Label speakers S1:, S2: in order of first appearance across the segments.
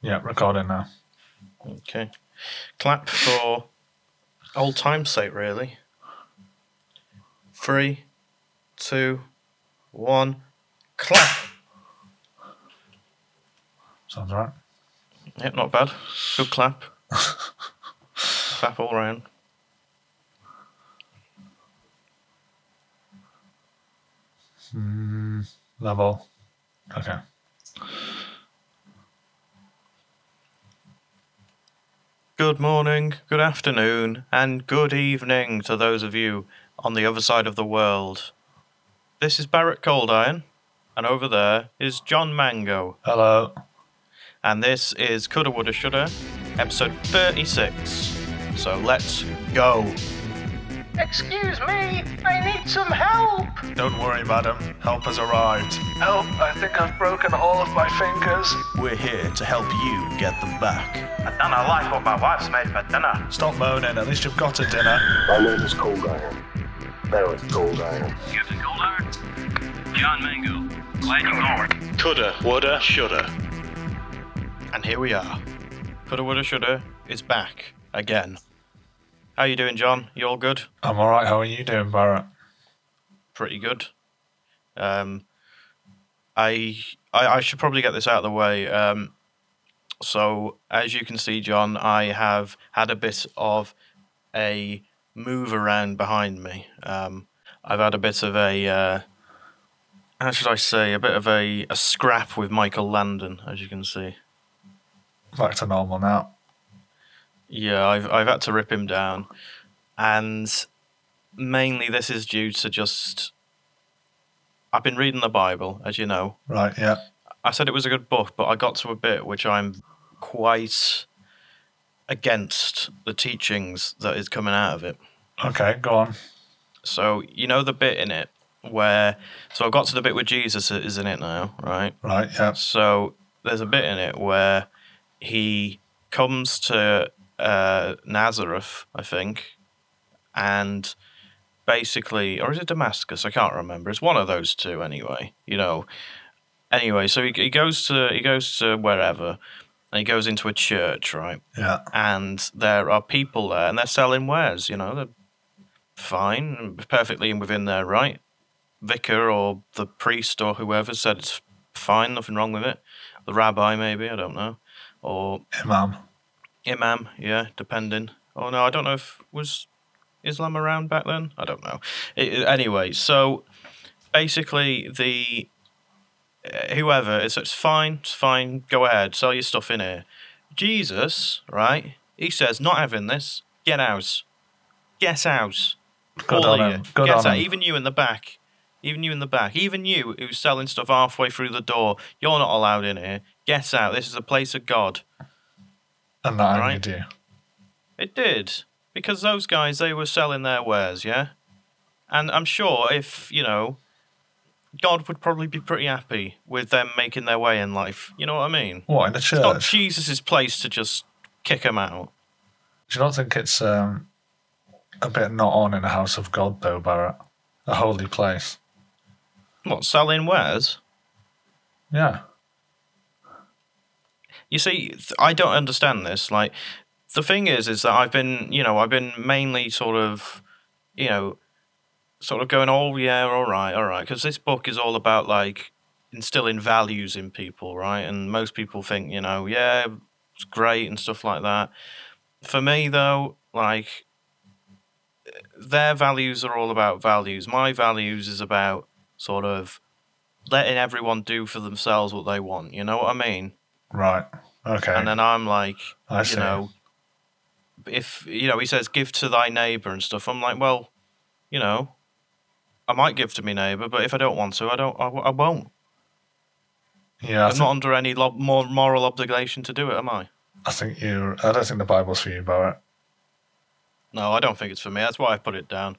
S1: Yeah, recording now.
S2: Okay. Clap for old time's sake, really. Three, two, one, clap.
S1: Sounds all right.
S2: Yep, not bad. Good clap. clap all round.
S1: Mm, level. Okay.
S2: Good morning, good afternoon, and good evening to those of you on the other side of the world. This is Barrett Coldiron, and over there is John Mango,
S1: Hello.
S2: and this is Coulda Woulda Shoulda, episode 36. So let's go.
S3: Excuse me, I need some help.
S1: Don't worry, madam. Help has arrived.
S3: Help, I think I've broken all of my fingers.
S2: We're here to help you get them back.
S4: I don't know, like what my wife's made for dinner.
S1: Stop moaning. At least you've got a dinner.
S5: My name is Cold Iron. Barrett Cold Iron.
S6: Captain Goldiron? John Mango. Glad you're going.
S7: Coulda, woulda, shoulda.
S2: And here we are. Coulda Woulda Shoulda is back again. How you doing, John? You all good?
S1: I'm all right. How are you doing, Barrett?
S2: pretty good. Um, I, I I should probably get this out of the way. Um, so as you can see, John, I have had a bit of a move around behind me. Um, I've had a bit of a uh, how should I say a bit of a, a scrap with Michael Landon, as you can see.
S1: Back to normal now.
S2: Yeah, I've I've had to rip him down, and mainly this is due to just I've been reading the Bible, as you know.
S1: Right. Yeah.
S2: I said it was a good book, but I got to a bit which I'm quite against the teachings that is coming out of it.
S1: Okay. Go on.
S2: So you know the bit in it where so I've got to the bit where Jesus is in it now, right?
S1: Right. Yeah.
S2: So there's a bit in it where he comes to uh, Nazareth, I think, and basically, or is it Damascus? I can't remember. It's one of those two, anyway. You know. Anyway, so he, he goes to he goes to wherever, and he goes into a church, right?
S1: Yeah.
S2: and there are people there and they're selling wares, you know, they're fine, perfectly within their right. Vicar or the priest or whoever said it's fine, nothing wrong with it. The rabbi, maybe, I don't know. Or
S1: Imam.
S2: imam, yeah, depending. Oh no, I don't know if was Islam around back then. I don't know. I- I- anyway, so basically the uh, whoever it's, it's fine, it's fine. Go ahead, sell your stuff in here. Jesus, right? He says, not having this. Get out. Get out.
S1: Good on
S2: All of
S1: him.
S2: you.
S1: Good
S2: Get
S1: on
S2: out.
S1: him.
S2: Even you in the back. Even you in the back. Even you who's selling stuff halfway through the door. You're not allowed in here. Get out. This is a place of God.
S1: And that
S2: Right.
S1: angered you.
S2: It did. Because those guys, they were selling their wares, yeah? And I'm sure if, you know, God would probably be pretty happy with them making their way in life. You know what I mean?
S1: What in the
S2: It's not
S1: church?
S2: Jesus' place to just kick them out.
S1: Do you not think it's um, a bit not on in the house of God though, Barrett? A holy place.
S2: What, selling wares?
S1: Yeah.
S2: You see, th- I don't understand this. Like, the thing is, is that I've been, you know, I've been mainly sort of, you know, sort of going, oh, yeah, all right, all right. Because this book is all about, like, instilling values in people, right? And most people think, you know, yeah, it's great and stuff like that. For me, though, like, their values are all about values. My values is about sort of letting everyone do for themselves what they want. You know what I mean?
S1: Right. Okay.
S2: And then I'm like,
S1: I
S2: you
S1: see.
S2: know, if you know, he says give to thy neighbor and stuff. I'm like, well, you know, I might give to my neighbor, but if I don't want to, I don't. I, w- I won't.
S1: yeah. I
S2: I'm
S1: think,
S2: not under any lo- more moral obligation to do it, am I?
S1: I think you. I don't think the Bible's for you, Barrett.
S2: No, I don't think it's for me. That's why I put it down.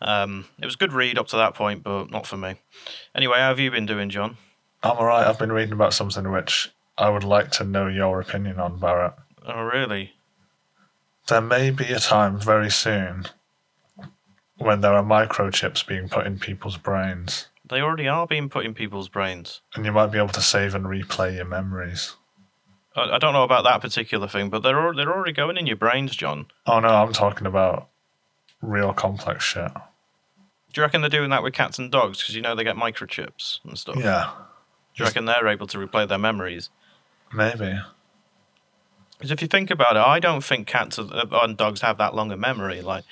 S2: Um, it was a good read up to that point, but not for me. Anyway, how have you been doing, John?
S1: I'm alright. I've been reading about something which I would like to know your opinion on, Barrett.
S2: Oh, really?
S1: There may be a time very soon when there are microchips being put in people's brains,
S2: They already are being put in people's brains.
S1: and you might be able to save and replay your memories.
S2: I, I don't know about that particular thing, but they're al- they're already going in your brains, John.
S1: Oh no, I'm talking about real complex shit.
S2: Do you reckon they're doing that with cats and dogs? Because you know they get microchips and stuff.
S1: Yeah,
S2: Do you reckon they're able to replay their memories?
S1: maybe.
S2: Because if you think about it, I don't think cats are- uh, and dogs have that long a memory. Like,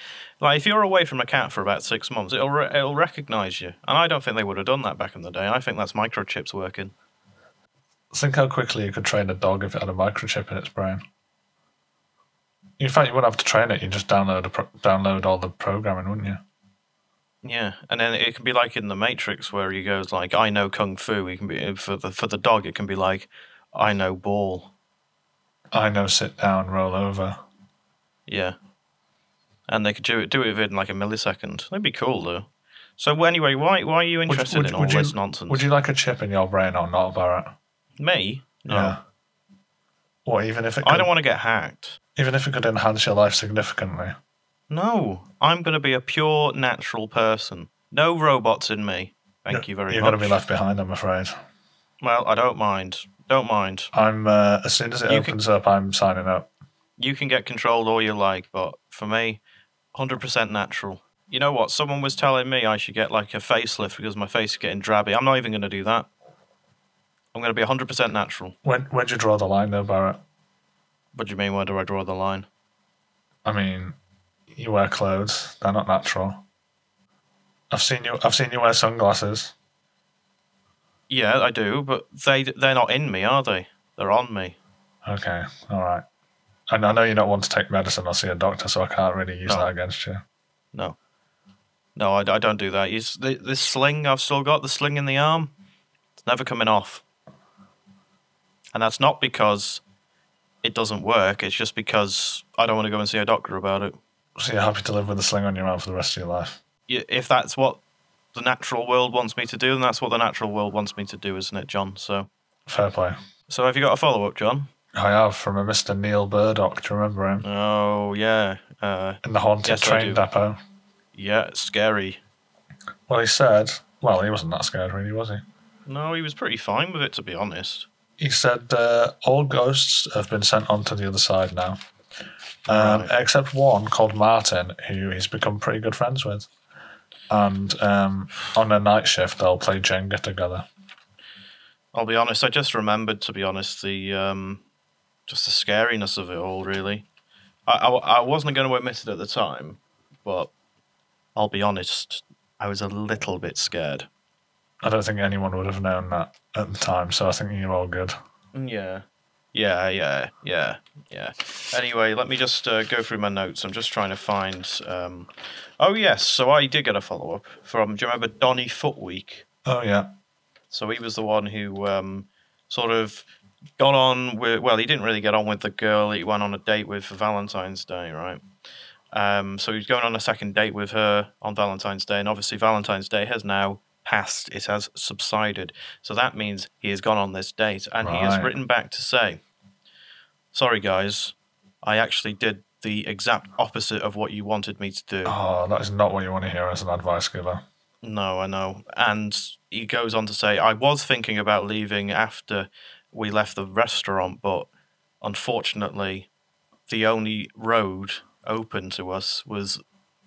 S2: like if you're away from a cat for about six months, it'll re- it'll recognise you. And I don't think they would have done that back in the day. I think that's microchips working.
S1: Think how quickly you could train a dog if it had a microchip in its brain. In fact, you wouldn't have to train it. You just download a pro- download all the programming, wouldn't you?
S2: Yeah, and then it can be like in the Matrix where he goes like, "I know kung fu." He can be uh, for the for the dog. It can be like, "I know ball."
S1: I know. Sit down, roll over.
S2: Yeah, and they could do it do it in like a millisecond. That'd be cool though. So well, anyway, why why are you interested in all
S1: you,
S2: this nonsense?
S1: Would you like a chip in your brain or not, Barrett?
S2: Me? No,
S1: Well, even if it could,
S2: I don't want to get hacked.
S1: even if it could enhance your life significantly.
S2: No, I'm going to be a pure natural person. No robots in me. Thank you very
S1: You're
S2: much.
S1: going to be left behind, I'm afraid.
S2: well, I don't mind. Don't mind.
S1: I'm uh, as soon as it
S2: You can-
S1: opens up, I'm signing up.
S2: you can get controlled all you like, but for me, 100% natural. You know what? Someone was telling me I should get like a facelift because my face is getting drabby. I'm not even going to do that. I'm going to be 100% natural.
S1: When where'd you draw the line, though, Barrett?
S2: What do you mean? Where do I draw the line?
S1: I mean, you wear clothes; they're not natural. I've seen you. I've seen you wear sunglasses.
S2: Yeah, I do, but they they're not in me, are they? They're on me.
S1: Okay, all right. And I know you're not one to take medicine or see a doctor, so I can't really use
S2: No.
S1: that against you.
S2: No, no, I, I don't do that. You, s- the, this sling I've still got, the sling in the arm, it's never coming off. And that's not because it doesn't work. It's just because I don't want to go and see a doctor about it.
S1: So you're happy to live with a sling on your arm for the rest of your life.
S2: Y- If that's what the natural world wants me to do, then that's what the natural world wants me to do, isn't it, John? So,
S1: Fair play.
S2: so have you got a follow up, John?
S1: I have from a Mr. Neil Burdock. Do you remember him?
S2: Oh yeah, uh,
S1: In the haunted
S2: Yes, I
S1: train
S2: do.
S1: depot.
S2: yeah, it's scary.
S1: Well, he said, well, he wasn't that scared, really, was he?
S2: No, he was pretty fine with it, to be honest.
S1: He said, uh, all ghosts have been sent on to the other side now, um,
S2: Right.
S1: except one called Martin, who he's become pretty good friends with. And um, on a night shift, they'll play Jenga together.
S2: I'll be honest. I just remembered, to be honest, the um, just the scariness of it all. Really, I I, I wasn't going to admit it at the time, but I'll be honest. I was a little bit scared.
S1: I don't think anyone would have known that at the time, so I think you're all good.
S2: Yeah. Yeah, yeah, yeah, yeah. Anyway, let me just uh, go through my notes. I'm just trying to find. Um... Oh yes, so I did get a follow up from. Do you remember Donny Footweek?
S1: Oh, yeah.
S2: So he was the one who um, sort of got on with. Well, he didn't really get on with the girl he went on a date with for Valentine's Day, right? Um, so he was going on a second date with her on Valentine's Day, and obviously Valentine's Day has now passed. It has subsided. So that means he has gone on this date, and he has
S1: Right.
S2: written back to say, "Sorry, guys, I actually did." The exact opposite of what you wanted me to do.
S1: Oh, that is not what you want to hear as an advice giver.
S2: No, I know. And he goes on to say, I was thinking about leaving after we left the restaurant, but unfortunately, the only road open to us was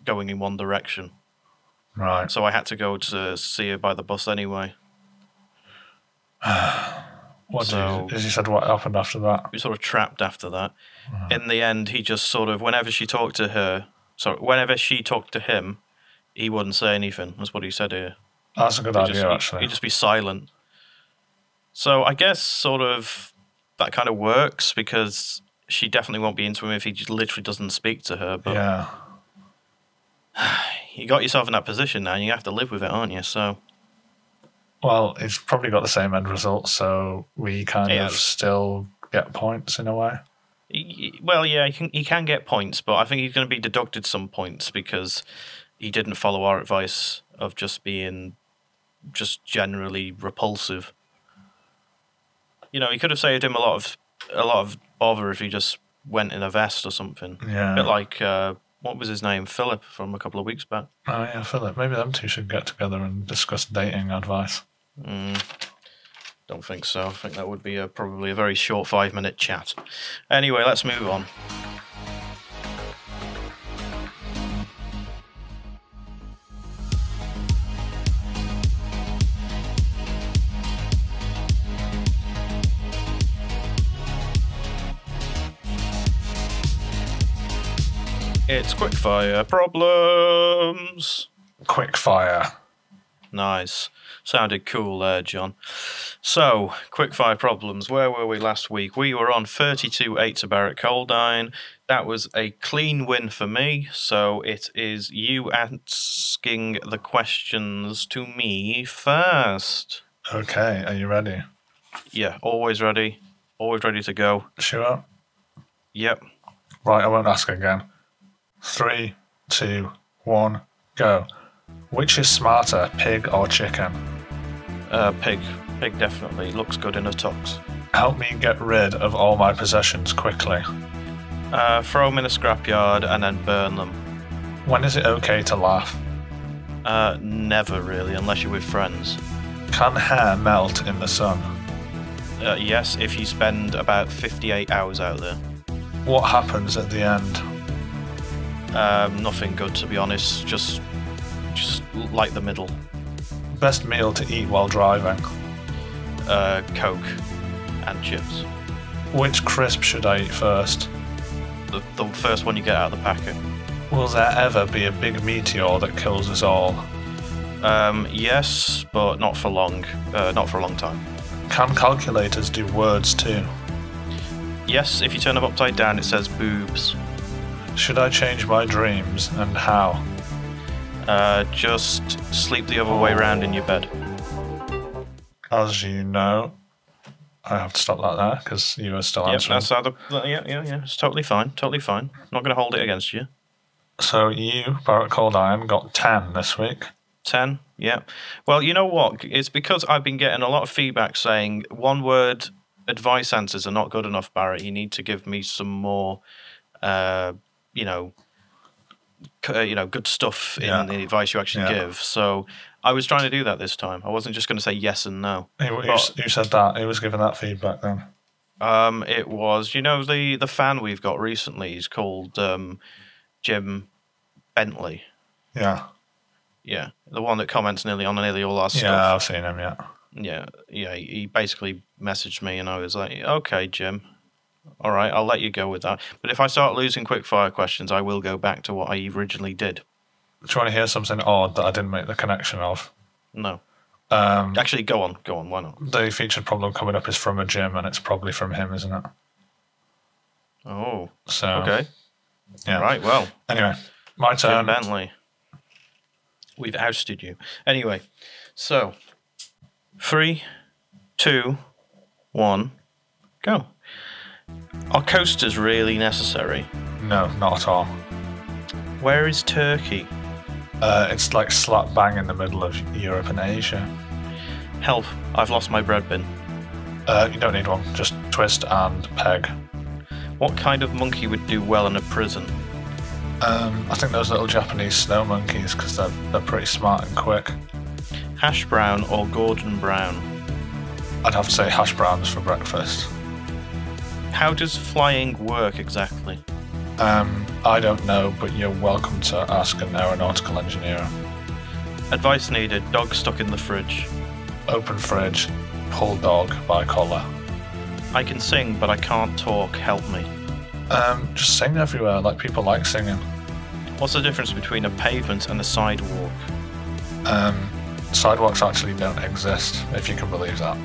S2: going in one direction.
S1: Right.
S2: So I had to go to see her by the bus anyway.
S1: What
S2: So-
S1: did he, he said what happened after that?
S2: We sort of trapped after that. In the end, he just sort of, whenever she talked to her, sorry, whenever she talked to him, he wouldn't say anything. That's what he said uh, here.
S1: That's a good
S2: He'd
S1: idea,
S2: just, he'd-
S1: actually.
S2: he'd just be silent. So I guess sort of that kind of works because she definitely won't be into him if he just literally doesn't speak to her. But
S1: yeah.
S2: you got yourself in that position now, and you have to live with it, aren't you? So
S1: Well, it's probably got the same end result, so we kind
S2: Yeah.
S1: of still get points in a way.
S2: y- y- well, yeah, he can he can get points, but I think he's going to be deducted some points because he didn't follow our advice of just being just generally repulsive. You know, he could have saved him a lot of a lot of bother if he just went in a vest or something.
S1: Yeah.
S2: bit like uh, what was his name, Philip, from a couple of weeks back.
S1: oh yeah, Philip. Maybe them two should get together and discuss dating advice.
S2: Mm, Don't think so. I think that would be a, probably a very short five minute chat. Anyway, let's move on. It's quickfire problems.
S1: Quick fire.
S2: Nice. Sounded cool there, John. So, quickfire problems. Where were we last week? We were on 32 8 to Barrett Coldine. That was a clean win for me. So, it is you asking the questions to me first.
S1: Okay, are you ready?
S2: Yeah, always ready. Always ready to go.
S1: Sure.
S2: Yep.
S1: Right, I won't ask again. Three, two, one, go. Which is smarter, pig or chicken?
S2: Uh, pig. Pig definitely looks good in a tux.
S1: Help me get rid of all my possessions quickly.
S2: Uh, throw them in a scrapyard and then burn them.
S1: When is it okay to laugh?
S2: Uh, never really, unless you're with friends.
S1: Can hair melt in the sun?
S2: Uh, yes, if you spend about 58 hours out there.
S1: What happens at the end?
S2: Um, nothing good, to be honest. Just, just like the middle.
S1: Best meal to eat while driving?
S2: Uh, Coke and chips.
S1: Which crisp should I eat first?
S2: The, the first one you get out of the packet.
S1: Will there ever be a big meteor that kills us all?
S2: Um, yes, but not for long. Uh, not for a long time.
S1: Can calculators do words too?
S2: Yes, if you turn them upside down, it says boobs.
S1: Should I change my dreams and how?
S2: Uh, just sleep the other way round in your bed.
S1: As you know, I have to stop that there because you were still
S2: Yep,
S1: answering.
S2: that's how the, yeah, yeah, yeah. It's totally fine, totally fine. Not going to hold it against you.
S1: so you, Barrett Cold Iron, got 10 this week.
S2: 10 yeah well you know what it's because i've been getting a lot of feedback saying one word advice answers are not good enough barrett you need to give me some more uh you know c- uh, you know good stuff in
S1: Yeah.
S2: the advice you actually
S1: Yeah.
S2: give so i was trying to do that this time i wasn't just going to say yes and no
S1: Who, who, s- who said that? Who was giving that feedback then?
S2: um it was you know the the fan we've got recently is called um jim bentley
S1: Yeah.
S2: yeah the one that comments nearly on nearly all our stuff
S1: Yeah, I've seen him, yeah.
S2: yeah, yeah, he he basically messaged me and I was like, okay, Jim, all right, I'll let you go with that. But if I start losing quickfire questions, I will go back to what I originally did.
S1: Do you want to hear something odd that I didn't make the connection of?
S2: No.
S1: Um,
S2: Actually, go on, go on, why not?
S1: the featured problem coming up is from a gym, and it's probably from him, isn't it?
S2: Oh,
S1: So
S2: okay.
S1: yeah. Um,
S2: Right, well,
S1: Anyway, my
S2: Jim
S1: turn.
S2: Bentley, we've ousted you. Anyway, so three, two, one, go. Are coasters really necessary?
S1: No, not at all.
S2: Where is Turkey?
S1: Uh, it's like slap bang in the middle of Europe and Asia.
S2: Help, I've lost my bread bin.
S1: Uh, you don't need one. Just twist and peg.
S2: What kind of monkey would do well in a prison?
S1: Um, I think those little Japanese snow monkeys, because they're they're pretty smart and quick.
S2: Hash brown or Gordon Brown?
S1: I'd have to say hash browns for breakfast.
S2: How does flying work exactly?
S1: Um, I don't know, but you're welcome to ask an aeronautical engineer.
S2: Advice needed dog stuck in the fridge.
S1: Open fridge, pull dog by collar.
S2: I can sing, but I can't talk, help me.
S1: Um, just sing everywhere, like people like singing.
S2: What's the difference between a pavement and a sidewalk?
S1: Um, sidewalks actually don't exist, if you can believe that.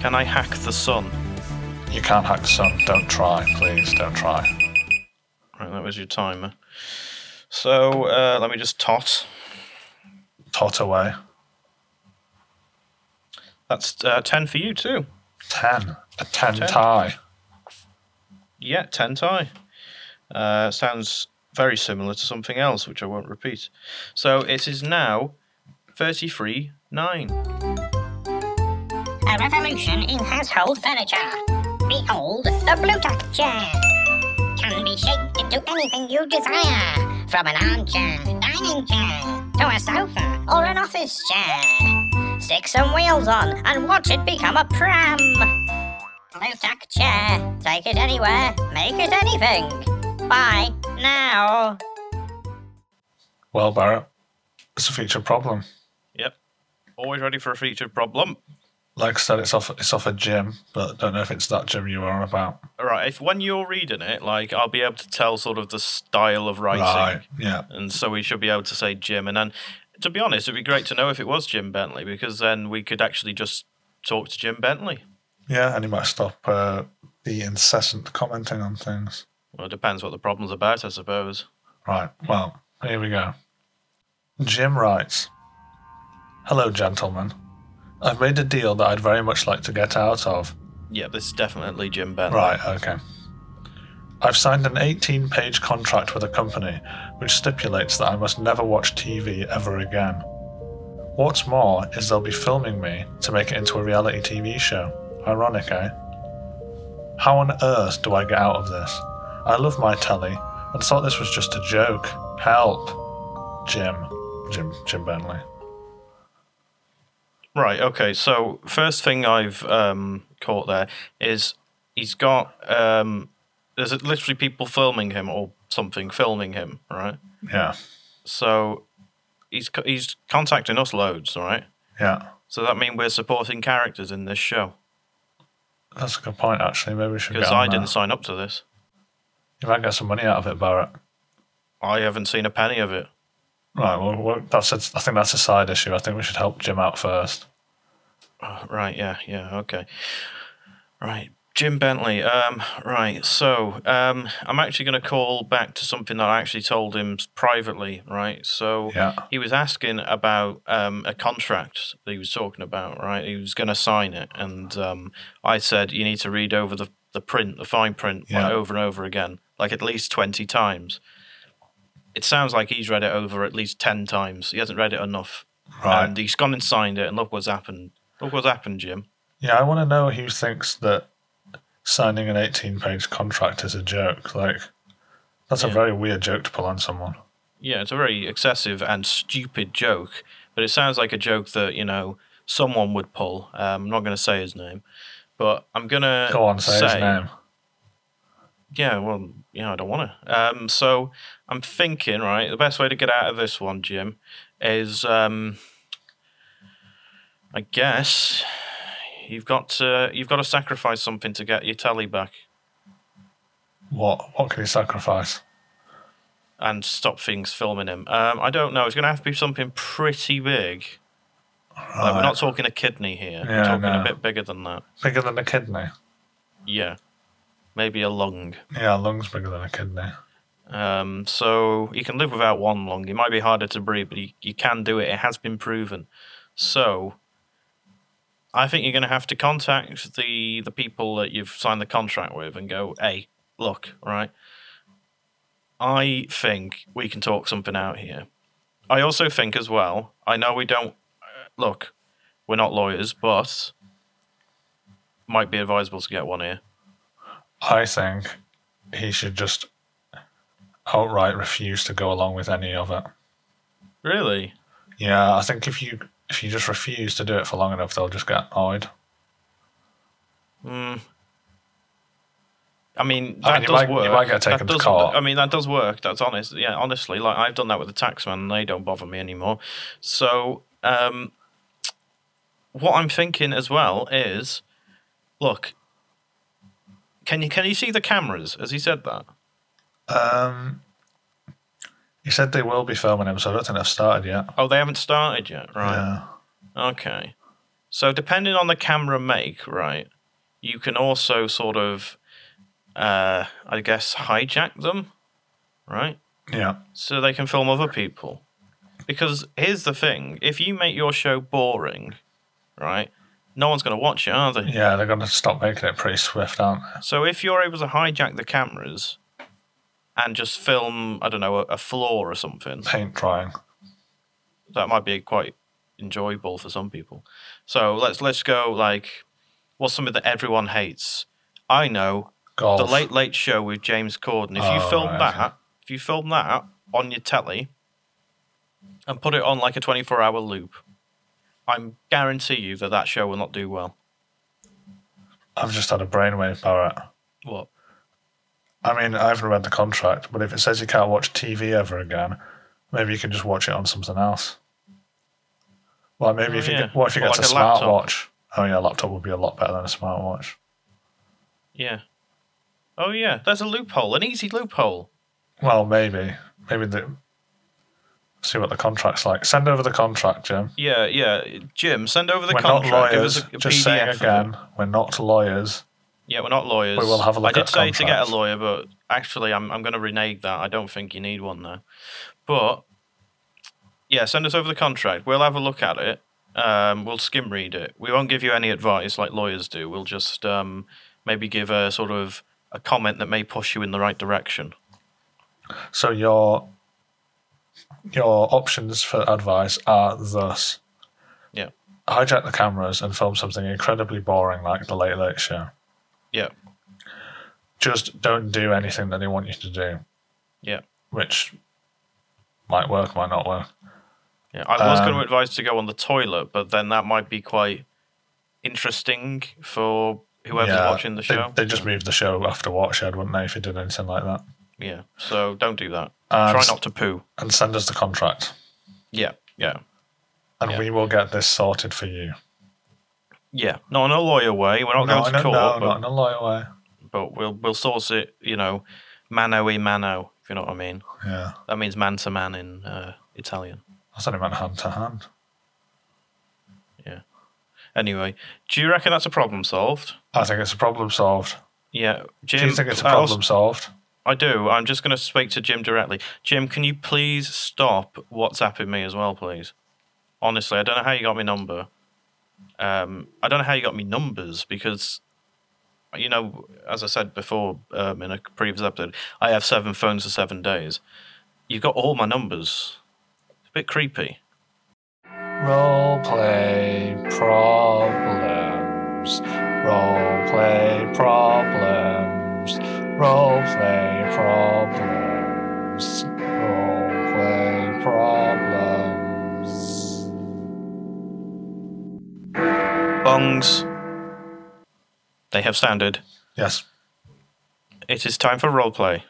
S2: Can I hack the sun?
S1: You can't hack the sun. Don't try, please. Don't try.
S2: Right, that was your timer. So uh, let me just tot.
S1: Tot away.
S2: That's uh, 10 for you, too.
S1: Ten. A ten,
S2: Ten.
S1: tie.
S2: Yeah, Tentai. Uh, sounds very similar to something else, which I won't repeat. So it is now 33 9.
S7: A revolution in household furniture. Behold the Bluetooth chair. Can be shaped into anything you desire, from an armchair, dining chair, to a sofa, or an office chair. stick some wheels on and watch it become a pram. Blue tack chair, take it anywhere, make it anything. Bye now.
S1: Well, Barrett, it's a feature problem.
S2: Yep. Always ready for a featured problem.
S1: Like I said, it's off it's off a gym, but I don't know if it's that gym you are on about.
S2: All right. If when you're reading it, like I'll be able to tell sort of the style of writing,
S1: Right. Yeah.
S2: and so we should be able to say Jim. And then, to be honest, it'd be great to know if it was Jim Bentley because then we could actually just talk to Jim Bentley.
S1: Yeah, and you might stop uh, the incessant commenting on things.
S2: Well, it depends what the problem's about, I suppose.
S1: Right, well, here we go. Jim writes Hello, gentlemen. I've made a deal that I'd very much like to get out of.
S2: Yeah, this is definitely Jim Bentley.
S1: Right, okay. I've signed an 18 page contract with a company which stipulates that I must never watch TV ever again. What's more is they'll be filming me to make it into a reality TV show. Ironic, eh? How on earth do I get out of this? I love my telly and thought this was just a joke. Help. Jim. Jim. Jim Bentley.
S2: Right. Okay. So first thing I've um, caught there is he's got um, there's literally people filming him or something filming him, right?
S1: Yeah.
S2: So he's co- he's contacting us loads, all right?
S1: Yeah.
S2: So that mean we're supporting characters in this show
S1: That's a good point, actually. Maybe we should get
S2: because
S1: on
S2: I
S1: that.
S2: didn't sign up to this.
S1: You might get some money out of it, Barrett.
S2: I haven't seen a penny of it.
S1: Right, well, well that's a, I think that's a side issue. I think we should help Jim out first.
S2: Oh, right. Yeah. Yeah. Okay. Right. Jim Bentley. Um, right. So um, I'm actually going to call back to something that I actually told him s- privately. Right. So
S1: Yeah.
S2: he was asking about um, a contract that he was talking about. Right. He was going to sign it, and um, I said you need to read over the the print, the fine print,
S1: Yeah.
S2: like, over and over again, like at least twenty times. It sounds like he's read it over at least ten times. He hasn't read it enough.
S1: Right.
S2: And he's gone and signed it, and look what's happened. Look what's happened, Jim.
S1: yeah, I want to know who thinks that signing an 18 page contract is a joke. Like, that's a
S2: Yeah.
S1: very weird joke to pull on someone.
S2: Yeah, it's a very excessive and stupid joke, but it sounds like a joke that, you know, someone would pull. Um, I'm not going to say his name, but I'm going to.
S1: Go on, say, his name.
S2: Yeah, well, yeah, I don't want to. Um, so I'm thinking, right, the best way to get out of this one, Jim, is um, I guess you've got to you've got to sacrifice something to get your tally back
S1: What What can he sacrifice?
S2: and stop things filming him. Um, I don't know. It's going to have to be something pretty big. Like, we're
S1: Right.
S2: not talking a kidney here.
S1: Oh, Yeah,
S2: we're talking
S1: no.
S2: a bit bigger than that.
S1: Bigger than a kidney.
S2: Yeah. Maybe a lung.
S1: Yeah, lungs bigger than a kidney.
S2: Um, so you can live without one lung. It might be harder to breathe, but you, you can do it. It has been proven. So I think you're going to have to contact the the people that you've signed the contract with and go, "Hey, look, right? I think we can talk something out here. I also think as well. I know we don't uh, look. We're not lawyers, but might be advisable to get one here.
S1: I think he should just outright refuse to go along with any of it.
S2: Really?
S1: Yeah, I think if you if you just refuse to do it for long enough, they'll just get annoyed.
S2: Mm. I mean,
S1: I
S2: that
S1: mean, you
S2: does
S1: might- you
S2: work.
S1: might get taken
S2: that
S1: to
S2: does,
S1: court.
S2: I mean, that does work. That's honest. Yeah, honestly, like I've done that with the taxman, and they don't bother me anymore. So, um, what I'm thinking as well is, look, can you can you see the cameras? As he said that,
S1: Um, he said they will be filming him, so I don't think they've started yet.
S2: oh, they haven't started yet, right?
S1: Yeah.
S2: Okay. So depending on the camera make, right, you can also sort of, uh, I guess, hijack them, right?
S1: Yeah.
S2: so they can film other people. Because here's the thing: if you make your show boring, right, no one's going to watch it, are they?
S1: Yeah, they're going to stop making it pretty swift, aren't they?
S2: So if you're able to hijack the cameras and just film, I don't know, a, a floor or something,
S1: Paint drying.
S2: that might be quite enjoyable for some people. So let's let's go like, what's something that everyone hates? I know
S1: Golf.
S2: the Late Late Show with James Corden. If
S1: Oh,
S2: you film
S1: right,
S2: that, if you film that on your telly and put it on like a 24 hour loop, I'm guarantee you that that show will not do well.
S1: I've just had a brainwave, Barrett.
S2: What?
S1: I mean, I haven't read the contract, but if it says you can't watch TV ever again, maybe you can just watch it on something else. Well, maybe
S2: Oh,
S1: if you
S2: yeah.
S1: get, what if you
S2: Or
S1: get
S2: like
S1: a
S2: a laptop.
S1: smartwatch? Oh yeah, a laptop would be a lot better than a smartwatch.
S2: Yeah. Oh yeah, there's a loophole, an easy loophole.
S1: Well, maybe, maybe the see what the contract's like. Send over the contract, Jim.
S2: Yeah, yeah. Jim, send over the
S1: we're
S2: contract.
S1: not
S2: Give
S1: lawyers.
S2: us a, a
S1: just
S2: PDF
S1: saying
S2: of it.
S1: again, we're not lawyers.
S2: Yeah, we're not lawyers.
S1: We will have a look
S2: I did
S1: at
S2: say to get
S1: contracts.
S2: a lawyer, but actually, I'm I'm going to renege that. I don't think you need one now. But yeah, send us over the contract. We'll have a look at it. Um, we'll skim read it. We won't give you any advice like lawyers do. We'll just um, maybe give a sort of a comment that may push you in the right direction.
S1: So your your options for advice are thus:
S2: Yeah.
S1: hijack the cameras and film something incredibly boring like the Late Late Show.
S2: Yeah,
S1: Just don't do anything that they want you to do,
S2: yeah,
S1: which might work, might not work.
S2: yeah. I was going
S1: Um,
S2: to advise to go on the toilet, but then that might be quite interesting for whoever's watching the
S1: they-
S2: show.
S1: They, just moved the show after Watershed, wouldn't they, if you did anything like that?
S2: Yeah, so don't do that.
S1: Um,
S2: Try not to poo.
S1: And send us the contract,
S2: Yeah, yeah,
S1: and
S2: Yeah.
S1: we will get this sorted for you.
S2: yeah. Not in a lawyer way. We're not
S1: no,
S2: going
S1: no,
S2: to court,
S1: no,
S2: but,
S1: not in a lawyer way.
S2: but we'll we'll source it. You know, mano e mano. If you know what I mean.
S1: Yeah,
S2: That means man to man in uh, Italian.
S1: I thought it meant hand to hand.
S2: Anyway, do you reckon that's a problem solved?
S1: I think it's a problem solved.
S2: Yeah, Jim.
S1: Do you think it's a
S2: I also-
S1: problem solved?
S2: I do. I'm just going to speak to Jim directly. Jim, can you please stop WhatsApping me as well, please? Honestly, I don't know how you got my number. Um, I don't know how you got me numbers because, you know, as I said before um, in a previous episode, I have seven phones for seven days. You've got all my numbers. It's a bit creepy.
S1: Roleplay problems. Roleplay problems. Roleplay problems. Roleplay problems.
S2: Bongs. They have sounded.
S1: Yes,
S2: It is time for roleplay.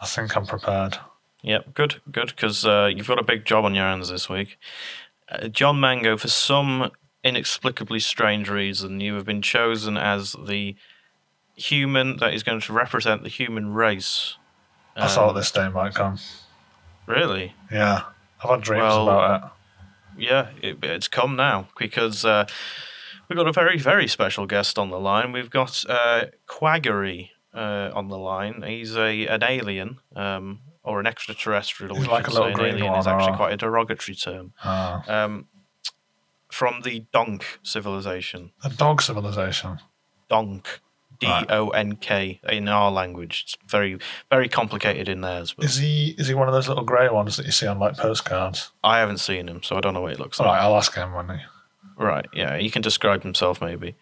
S1: I think I'm prepared.
S2: Yep, good, good, because uh, you've got a big job on your hands this week. Uh, John Mango, for some inexplicably strange reason, you have been chosen as the human that is going to represent the human race.
S1: I
S2: Um,
S1: thought this day might come.
S2: Really?
S1: Yeah, I've had dreams
S2: well-
S1: about it.
S2: Yeah, it, it's come now because uh, we've got a very, very special guest on the line. We've got uh, Quaggery uh, on the line. He's a an alien um, or an extraterrestrial.
S1: He's
S2: we
S1: like
S2: should
S1: a little
S2: say. An
S1: green
S2: alien
S1: one,
S2: is actually
S1: or-
S2: quite a derogatory term.
S1: Ah,
S2: um, from the Donk civilization.
S1: a Uh, dog civilization.
S2: Donk. D
S1: Right.
S2: O N K in our language. It's very, very complicated in theirs, but
S1: Is he? Is he one of those little grey ones that you see on like postcards?
S2: I haven't seen him, so I don't know what he looks
S1: All
S2: like.
S1: right, I'll ask him when he.
S2: Right. Yeah. He can describe himself, maybe.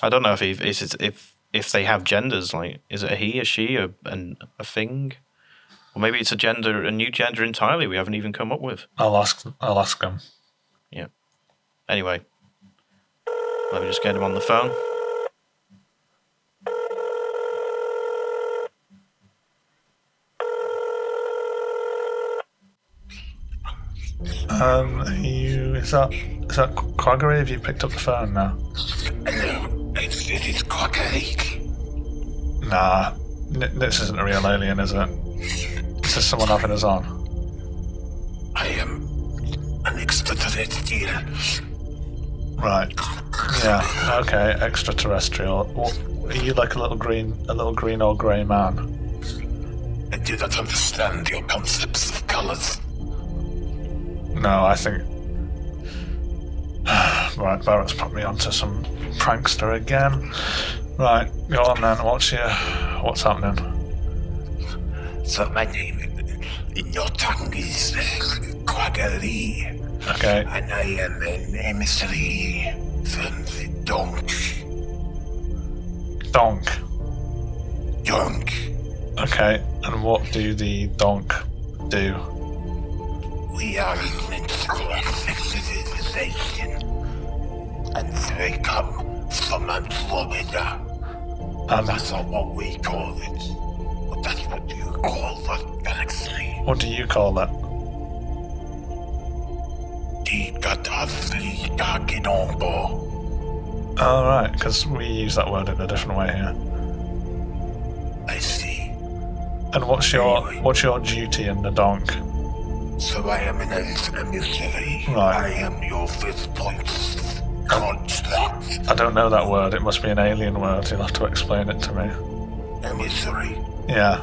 S2: I don't know if he, is it, if if they have genders. Like, is it a he, a she, a, an, a thing? Or maybe it's a gender, a new gender entirely we haven't even come up with.
S1: I'll ask. I'll ask him.
S2: Anyway, let me just get him on the phone.
S1: Um, are you is that is that Quaggery? Have you picked up the phone now?
S5: Hello, it's, this is Quackery.
S1: Nah, n- this isn't a real alien, is it? This is someone having us on.
S5: I am an extraterrestrial.
S1: Right. Yeah. Okay. Extraterrestrial. What, are you like a little green, a little green or grey man?
S5: I do not understand your concepts of colors.
S1: No, I think. right, Barrett's put me onto some prankster again. Right, go on then. What's your, what's happening?
S5: So my name in- in your tongue is Quackery.
S1: Okay.
S5: And I am an emissary from the Donk.
S1: Donk.
S5: Donk.
S1: Okay. And what do the donk do?
S5: We are meant to collect exodus conversation. And they come from Florida.
S1: And
S5: That's not what we call it. But that's what you call that galaxy.
S1: what do you call that?
S5: The Gaddafi Gaginombo.
S1: All right, because we use that word in a different way here.
S5: I see.
S1: And what's your what's your duty in the donk?
S5: So I am an emissary.
S1: Right.
S5: I am your fifth point of contact.
S1: I don't know that word. It must be an alien word. You'll have to explain it to me.
S5: Emissary.
S1: Yeah,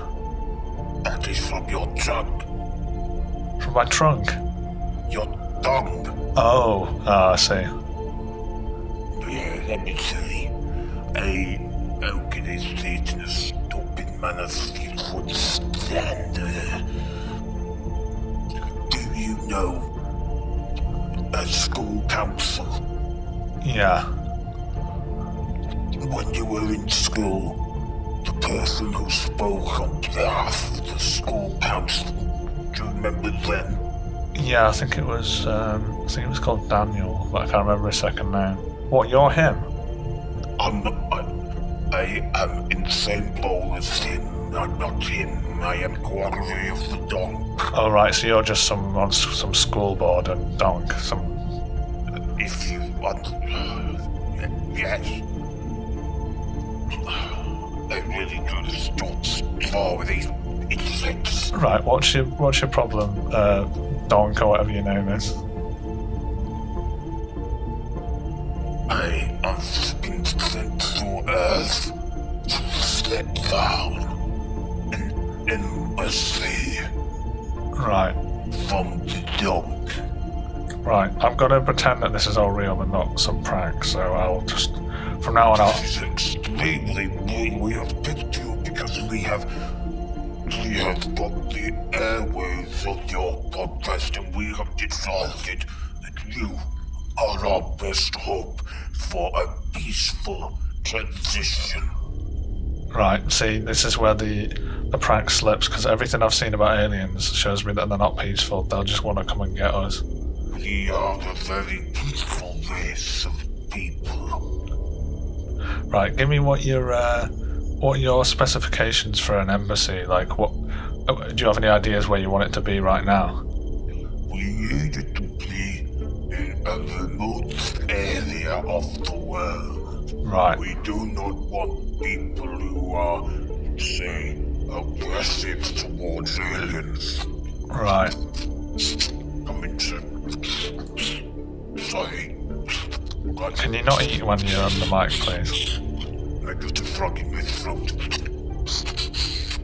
S5: That is from your trunk.
S1: from my trunk.
S5: Your tongue.
S1: Oh, ah, I see.
S5: Yeah, emissary. A organization of stupid manners you would stand. uh, Do you know a school council?
S1: Yeah,
S5: When you were in school, the person who spoke on behalf of the school council, do you remember them?
S1: yeah. I think it was. Um, I think it was called Daniel, but I can't remember his second name. What? You're him?
S5: I'm, I, I am in the same bowl as him. I'm not him. I am quarterly of the donk.
S1: Oh right. So you're just some on s- some school board and donk. Some.
S5: If you want, yes. I really do stop for with these insects.
S1: Right. What's your what's your problem? Uh, donk or whatever your name is.
S5: I have been sent to Earth to step down an embassy
S1: Right.
S5: from the dump.
S1: Right. I'm gonna pretend that this is all real and not some prank. So I'll just from now on I'll.
S5: This is extremely we, we have picked you because we have we have got the airwaves of your podcast and we have decided that you are our best hope for a peaceful transition.
S1: Right. See, this is where the the prank slips because everything I've seen about aliens shows me that they're not peaceful. They'll just want to come and get us.
S5: We are the very peaceful race of people.
S1: Right. Give me what your uh, what your specifications for an embassy like. What oh, do you have any ideas where you want it to be right now?
S5: We needed to be in a remote area of the world.
S1: Right.
S5: We do not want people who are, say, aggressive towards aliens.
S1: Right.
S5: I mean, s- sorry. God,
S1: Can you not eat when you're on the mic, please?
S5: I got a frog in my throat.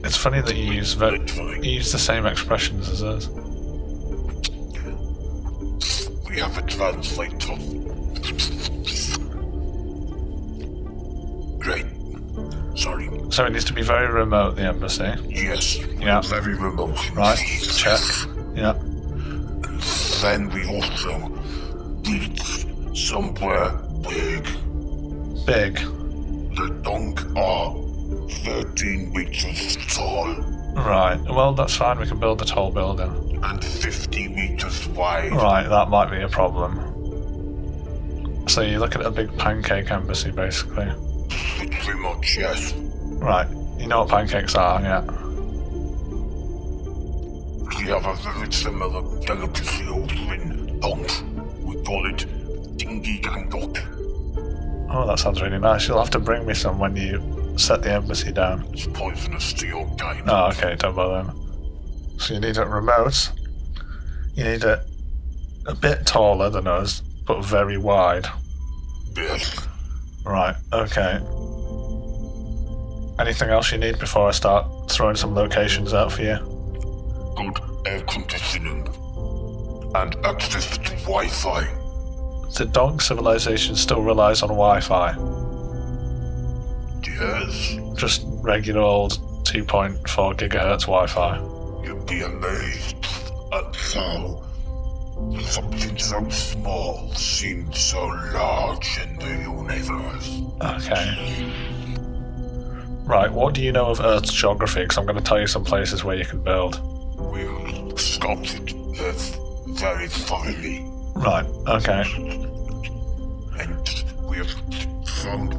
S1: It's funny that you use ve- you use the same expressions as us.
S5: We have a translator. Great. Sorry.
S1: So it needs to be very remote. The embassy.
S5: Yes.
S1: Yeah.
S5: Very remote.
S1: Right. Check. Yeah.
S5: Then we also need somewhere big.
S1: Big.
S5: The donk are 13 meters tall
S1: Right. Well, that's fine. We can build the tall building.
S5: and 50 meters wide.
S1: Right, that might be a problem. So you're looking at a big pancake embassy, basically.
S5: Pretty much, yes.
S1: Right, you know what pancakes are, yeah.
S5: We have a very similar delicacy over in donk. We call it dingy gangok.
S1: Oh, that sounds really nice. You'll have to bring me some when you set the embassy down.
S5: It's poisonous to your kind.
S1: Oh, okay, don't bother. Then. So you need a remote. You need it a bit taller than us, but very wide.
S5: Yes.
S1: Right, okay. Anything else you need before I start throwing some locations out for you?
S5: Good air conditioning. And access to Wi-Fi.
S1: The Donk civilization still relies on Wi Fi.
S5: Yes.
S1: just regular old 2.4 gigahertz Wi-Fi.
S5: You'd be amazed at how something so small seems so large in the universe.
S1: Okay. Right, what do you know of Earth's geography? Because I'm going to tell you some places where you can build.
S5: We've sculpted Earth very thoroughly.
S1: Right, okay.
S5: and we have found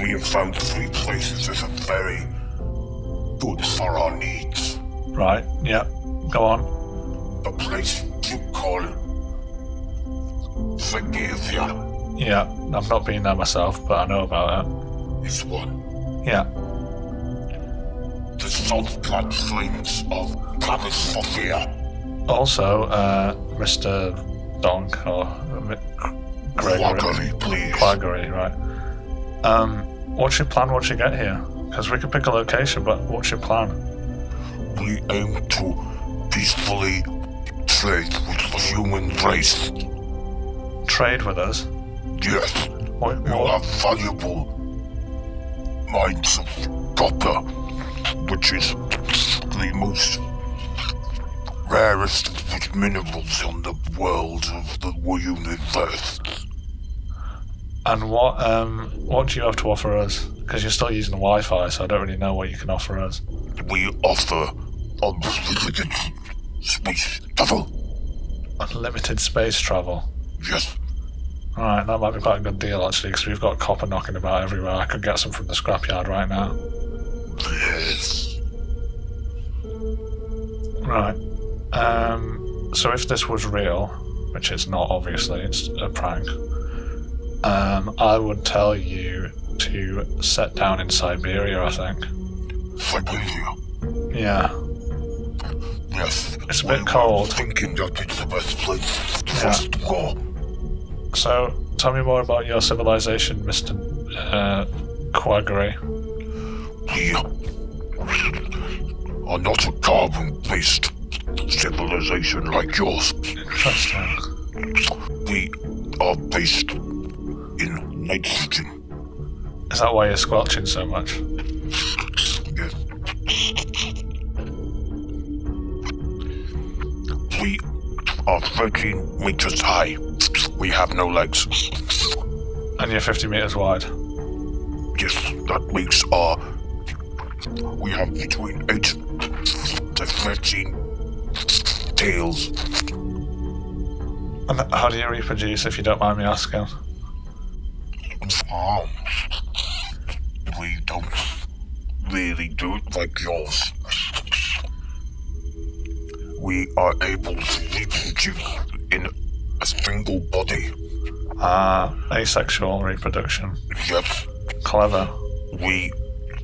S5: we have found three places that are very good for our needs.
S1: Right, yeah. Go on.
S5: A place you call Vagavia
S1: Yeah, I've not been there myself, but I know about it.
S5: is one.
S1: Yeah,
S5: The salt plant flames of Pamisphopia.
S1: Also, uh, Mr. Donk or uh, Gregory
S5: Quaggery, please.
S1: Quaggery, right? Um, what's your plan once you get here? Because we could pick a location, but what's your plan?
S5: We aim to peacefully trade with the human race.
S1: Trade with us?
S5: Yes,
S1: What,
S5: you
S1: what-
S5: have valuable mines of copper, which is the most rarest of the minerals on the world of the universe.
S1: and what um, what do you have to offer us? Because you're still using the Wi-Fi, so I don't really know what you can offer us.
S5: We offer unlimited space travel.
S1: Unlimited space travel.
S5: Yes,
S1: All right, that might be quite a good deal actually, because we've got copper knocking about everywhere. I could get some from the scrapyard right now.
S5: yes.
S1: Right. Um, so if this was real, which it's not, obviously, it's a prank. Um, I would tell you to set down in Siberia. I think.
S5: Siberia.
S1: Yeah.
S5: Yes.
S1: It's a
S5: we
S1: bit
S5: were
S1: cold.
S5: Thinking that it's the best place for
S1: Yeah.
S5: us to go.
S1: So tell me more about your civilization, Mister uh, Quaggery.
S5: We are not a carbon based civilization like yours.
S1: Interesting.
S5: We are based in nitrogen.
S1: Is that why you're squelching so much?
S5: Yes. We are 13 meters high. We have no legs.
S1: And you're 50 meters wide.
S5: Yes, that makes our. We have between 8 to 13 tails.
S1: And how do you reproduce, if you don't mind me asking?
S5: Oh. We don't really do it like yours. We are able to reproduce in a single body.
S1: Ah, asexual reproduction.
S5: Yes,
S1: Clever.
S5: we.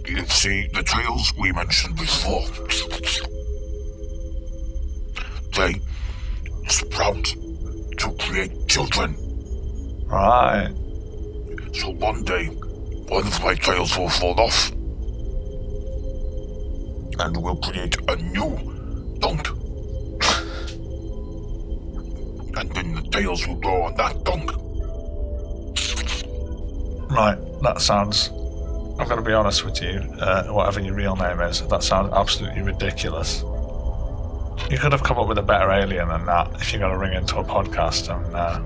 S5: You see, the tails we mentioned before. They sprout to create children.
S1: Right.
S5: So one day, one of my tails will fall off. And will create a new dunk. and then the tails will grow on that dunk.
S1: Right, that sounds. I'm going to be honest with you, uh, whatever your real name is, that sounds absolutely ridiculous. You could have come up with a better alien than that if you're going to ring into a podcast and uh,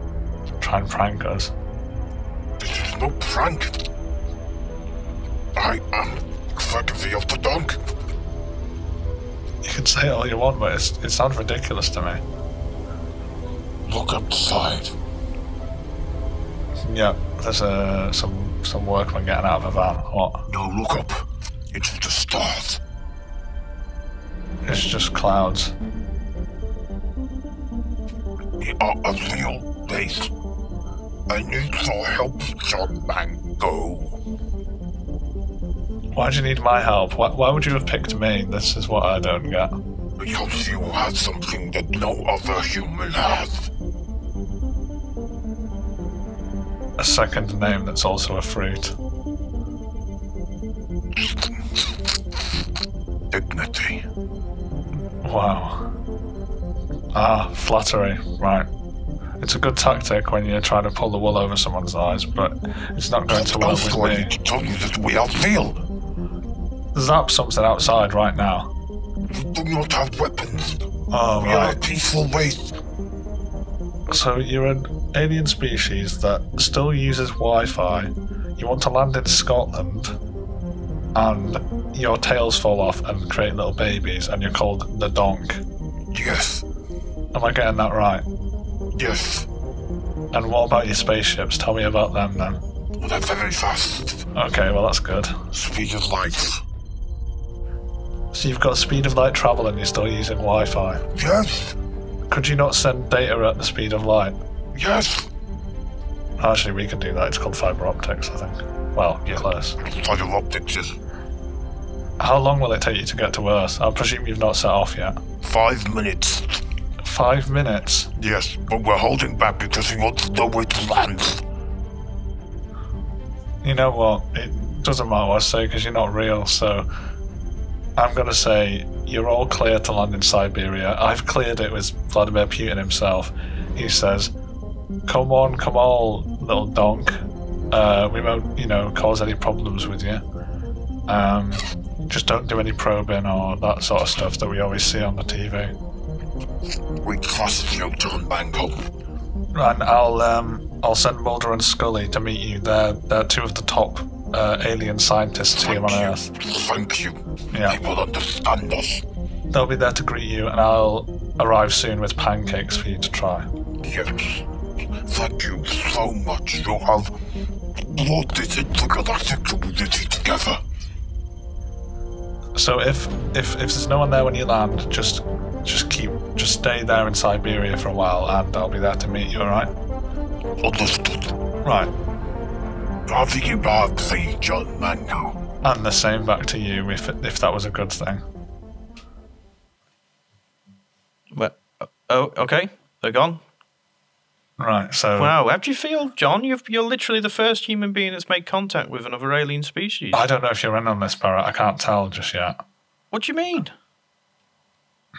S1: try and prank us.
S5: This is no prank. I am Vagavy of the Dunk.
S1: You can say it all you want, but it's, it sounds ridiculous to me.
S5: Look outside.
S1: Yeah, there's uh, some, some workmen getting out of a van. What?
S5: No, look up. It's the stars.
S1: It's just clouds.
S5: We are a real base. I need your help, John Mango.
S1: Why do you need my help? Why, why would you have picked me? This is what I don't get.
S5: Because you have something that no other human has.
S1: A second name that's also a fruit.
S5: Dignity.
S1: Wow. Ah, flattery. Right. It's a good tactic when you're trying to pull the wool over someone's eyes, but it's not going to work
S5: Also, I
S1: with
S5: need
S1: me.
S5: to tell you that we are real.
S1: Zap something outside right now.
S5: We do not have weapons.
S1: Oh,
S5: We are a
S1: right.
S5: peaceful race.
S1: So you're an alien species that still uses Wi Fi. You want to land in Scotland, and your tails fall off and create little babies, and you're called the Donk.
S5: Yes,
S1: Am I getting that right?
S5: Yes.
S1: And what about your spaceships? Tell me about them then.
S5: Well, they're very fast.
S1: Okay, well, that's good.
S5: Speed of light.
S1: So you've got speed of light travel and you're still using Wi Fi.
S5: Yes.
S1: Could you not send data at the speed of light?
S5: Yes.
S1: Actually, we can do that. It's called fiber optics, I think. Well, you're close.
S5: Fiber optics is
S1: How long will it take you to get to Earth? I presume you've not set off yet.
S5: five minutes.
S1: Five minutes?
S5: Yes, but we're holding back because we want to know where to land.
S1: You know what? It doesn't matter what I say because you're not real, so I'm going to say you're all clear to land in Siberia. I've cleared it with Vladimir Putin himself. He says, Come on, come on, little donk. Uh, we won't, you know, cause any problems with you. Um, just don't do any probing or that sort of stuff that we always see on the TV.
S5: We trust you, John Mangle.
S1: And I'll um, I'll send Mulder and Scully to meet you. They're they're two of the top uh, alien scientists here on Earth.
S5: Thank you.
S1: Yeah.
S5: They will understand us.
S1: They'll be there to greet you, and I'll arrive soon with pancakes for you to try.
S5: Yes. Thank you so much. You have brought this intergalactic community together.
S1: So if if if there's no one there when you land, just just keep just stay there in Siberia for a while, and I'll be there to meet you. All right?
S5: Understood.
S1: Right.
S5: Having you back, the John Mangle.
S1: And the same back to you if if that was a good thing.
S2: Well, oh, okay. They're gone.
S1: Right. So
S2: Wow, how do you feel, John? You've, you're literally the first human being that's made contact with another alien species.
S1: I don't know if you're in on this, Barrett. I can't tell just yet.
S2: What do you mean?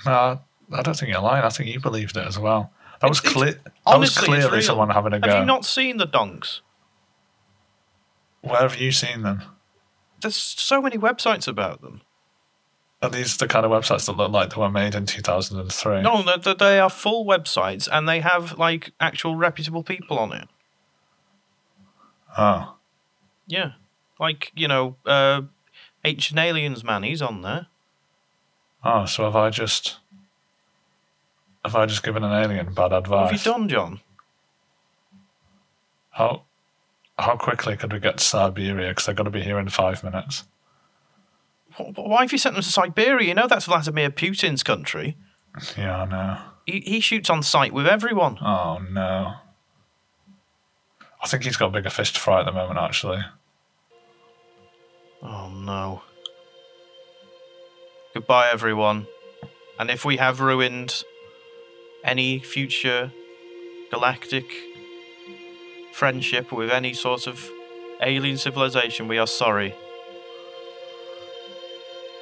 S1: No, I don't think you're lying. I think you believed it as well. That was
S2: It's-
S1: clear. That
S2: Honestly,
S1: was
S2: it's
S1: clearly
S2: real.
S1: someone having a
S2: Have
S1: go.
S2: you not seen the donks?
S1: Where have you seen them?
S2: There's so many websites about them.
S1: Are these the kind of websites that look like they were made in 2003?
S2: No, no, th- they are full websites and they have like actual reputable people on it.
S1: Oh,
S2: Yeah, like you know, uh, ancient aliens man, he's on there.
S1: oh. So have I just have I just given an alien bad advice?
S2: What have you done, John?
S1: How how quickly could we get to Siberia? Because they're going to be here in five minutes.
S2: Wh- wh- Why have you sent them to Siberia? You know that's Vladimir Putin's country.
S1: Yeah, I know.
S2: He, he shoots on sight with everyone.
S1: Oh no. I think he's got bigger fish to fry at the moment. Actually,
S2: Oh no. Goodbye, everyone. And if we have ruined any future galactic friendship with any sort of alien civilization, we are sorry.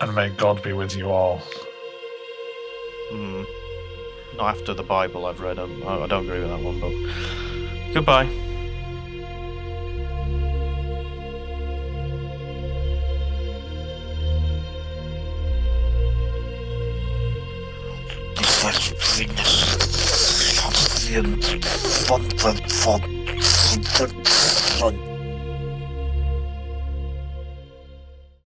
S1: and may God be with you all.
S2: Hmm. Not after the Bible I've read. I'm, I I don't agree with that one, but goodbye.
S5: The first thing is something fun, fun, fun, fun, fun, fun.